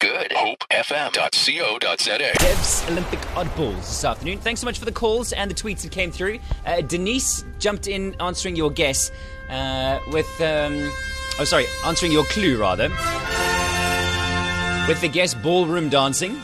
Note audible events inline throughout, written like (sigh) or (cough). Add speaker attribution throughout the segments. Speaker 1: at hopefm.co.za.
Speaker 2: Dev's Olympic Oddballs this afternoon. Thanks so much for the calls and the tweets that came through. Uh, Denise jumped in answering your guess uh, with, um, oh, sorry, answering your clue rather, with the guess ballroom dancing.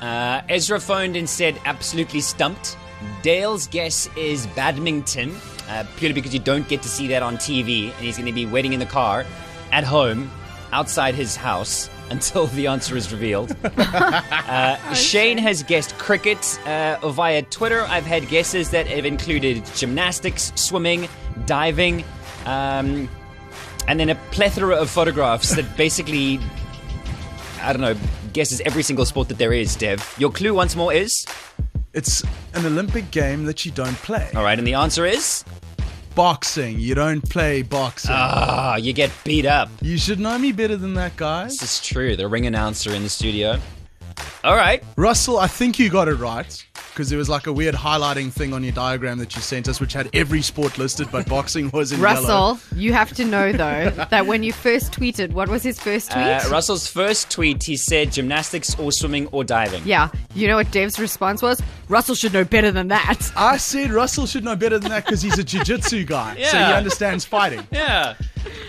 Speaker 2: Uh, Ezra phoned and said absolutely stumped. Dale's guess is badminton, uh, purely because you don't get to see that on TV, and he's going to be waiting in the car at home outside his house (laughs) until the answer is revealed.
Speaker 3: Oh,
Speaker 2: Shane has guessed cricket uh, via Twitter. I've had guesses that have included gymnastics, swimming, diving, um, and then a plethora of photographs that basically, I don't know, guesses every single sport that there is, Dev. Your clue once more is?
Speaker 4: It's an Olympic game that you don't play.
Speaker 2: All right, and the answer is?
Speaker 4: Boxing. You don't play boxing.
Speaker 2: Ah, you get beat up.
Speaker 4: you should know me better than that, guys.
Speaker 2: This is true. The ring announcer in the studio. All right.
Speaker 4: Russell, I think you got it right because there was like a weird highlighting thing on your diagram that you sent us, which had every sport listed, but boxing was in yellow.
Speaker 3: Russell, you have to
Speaker 4: (laughs)
Speaker 3: know though that when you first tweeted, what was his first tweet?
Speaker 2: Uh, Russell's first tweet, he said gymnastics or swimming or diving.
Speaker 3: yeah, you know what Dev's response was? Russell should know better than that.
Speaker 4: I said Russell should know better than that because he's a jiu-jitsu guy, so he
Speaker 2: Yeah.
Speaker 4: understands fighting.
Speaker 2: Yeah.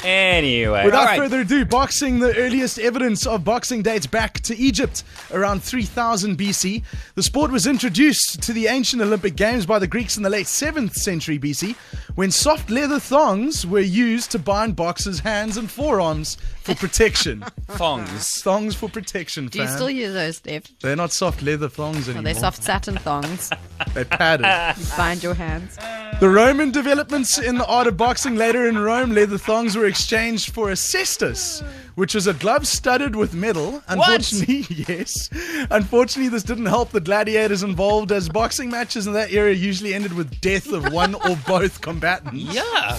Speaker 2: Anyway.
Speaker 4: Without
Speaker 2: all right.
Speaker 4: further ado, boxing, the earliest evidence of boxing dates back to Egypt around 3000 BC. The sport was introduced to the ancient Olympic Games by the Greeks in the late 7th century BC when soft leather thongs were used to bind boxers' hands and forearms for
Speaker 3: (laughs)
Speaker 4: protection.
Speaker 2: Thongs.
Speaker 4: thongs for protection,
Speaker 3: Do you
Speaker 4: fam.
Speaker 3: still use those, Dev?
Speaker 4: They're not soft leather thongs
Speaker 3: No,
Speaker 4: anymore.
Speaker 3: they're soft
Speaker 4: (laughs)
Speaker 3: satin thongs.
Speaker 4: They're
Speaker 3: (laughs)
Speaker 4: padded.
Speaker 3: You bind your hands.
Speaker 4: The Roman developments in the art of boxing later in Rome leather thongs were exchanged for a cestus, which was a glove studded with metal. Unfortunately, (laughs) yes. Unfortunately, this didn't help the gladiators involved, as boxing matches in that era usually ended with death of one
Speaker 2: (laughs)
Speaker 4: or both combatants. (laughs)
Speaker 2: Yeah.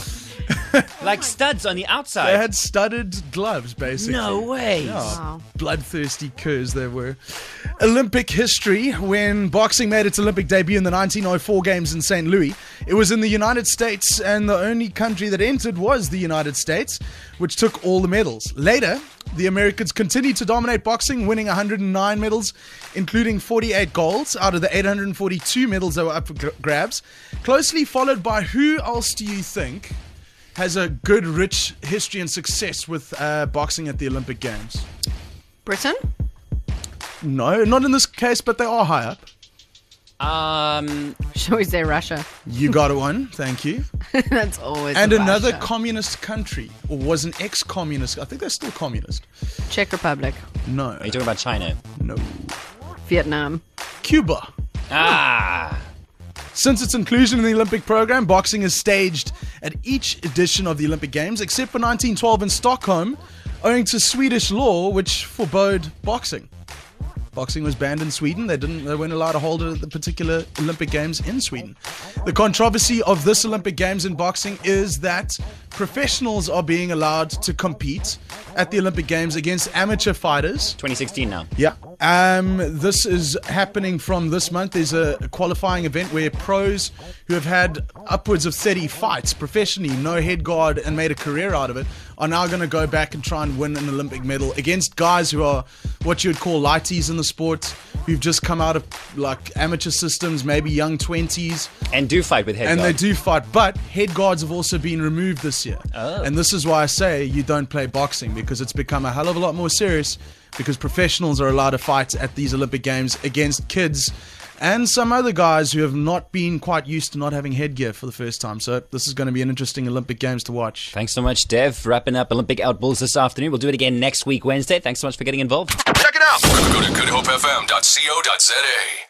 Speaker 2: like studs on the outside.
Speaker 4: They had studded gloves, basically.
Speaker 2: no way.
Speaker 3: Wow.
Speaker 4: bloodthirsty curs there were. Olympic history when boxing made its Olympic debut in the 1904 Games in St. Louis. It was in the United States, and the only country that entered was the United States, which took all the medals. Later, the Americans continued to dominate boxing, winning 109 medals, including 48 golds out of the 842 medals that were up for gr- grabs. Closely followed by who else do you think has a good, rich history and success with uh, boxing at the Olympic Games?
Speaker 3: Britain?
Speaker 4: No, not in this case, but they are high up.
Speaker 2: Um,
Speaker 3: Sure, is there Russia?
Speaker 4: You got one, thank you.
Speaker 3: (laughs) That's always
Speaker 4: And
Speaker 3: a
Speaker 4: another
Speaker 3: Russia.
Speaker 4: communist country, or was an ex-communist. I think they're still communist.
Speaker 3: Czech Republic,
Speaker 4: No,
Speaker 2: are you talking about China?
Speaker 4: no.
Speaker 3: Vietnam.
Speaker 4: Cuba.
Speaker 2: (laughs) Ah.
Speaker 4: Since its inclusion in the Olympic program, boxing is staged at each edition of the Olympic Games, except for 1912 in Stockholm, owing to Swedish law which forbade boxing. Boxing was banned in Sweden. They didn't. They weren't allowed to hold it at the particular Olympic Games in Sweden. The controversy of this Olympic Games in boxing is that professionals are being allowed to compete at the Olympic Games against amateur fighters.
Speaker 2: 2016 now.
Speaker 4: Yeah. Um, this is happening from this month. There's a qualifying event where pros who have had upwards of 30 fights professionally, no head guard, and made a career out of it, are now going to go back and try and win an Olympic medal against guys who are what you would call lighties in the sport, who've just come out of like amateur systems, maybe young 20s
Speaker 2: And do fight with head
Speaker 4: and they
Speaker 2: guard.
Speaker 4: do fight. But head guards have also been removed this year.
Speaker 2: Oh.
Speaker 4: And this is why I say you don't play boxing because it's become a hell of a lot more serious because professionals are allowed to fight at these Olympic Games against kids and some other guys who have not been quite used to not having headgear for the first time. So this is going to be an interesting Olympic Games to watch.
Speaker 2: Thanks so much, Dev, for wrapping up Olympic Outballs this afternoon. We'll do it again next week, Wednesday. Thanks so much for getting involved.
Speaker 1: Check it out. Go to goodhopefm.co.za.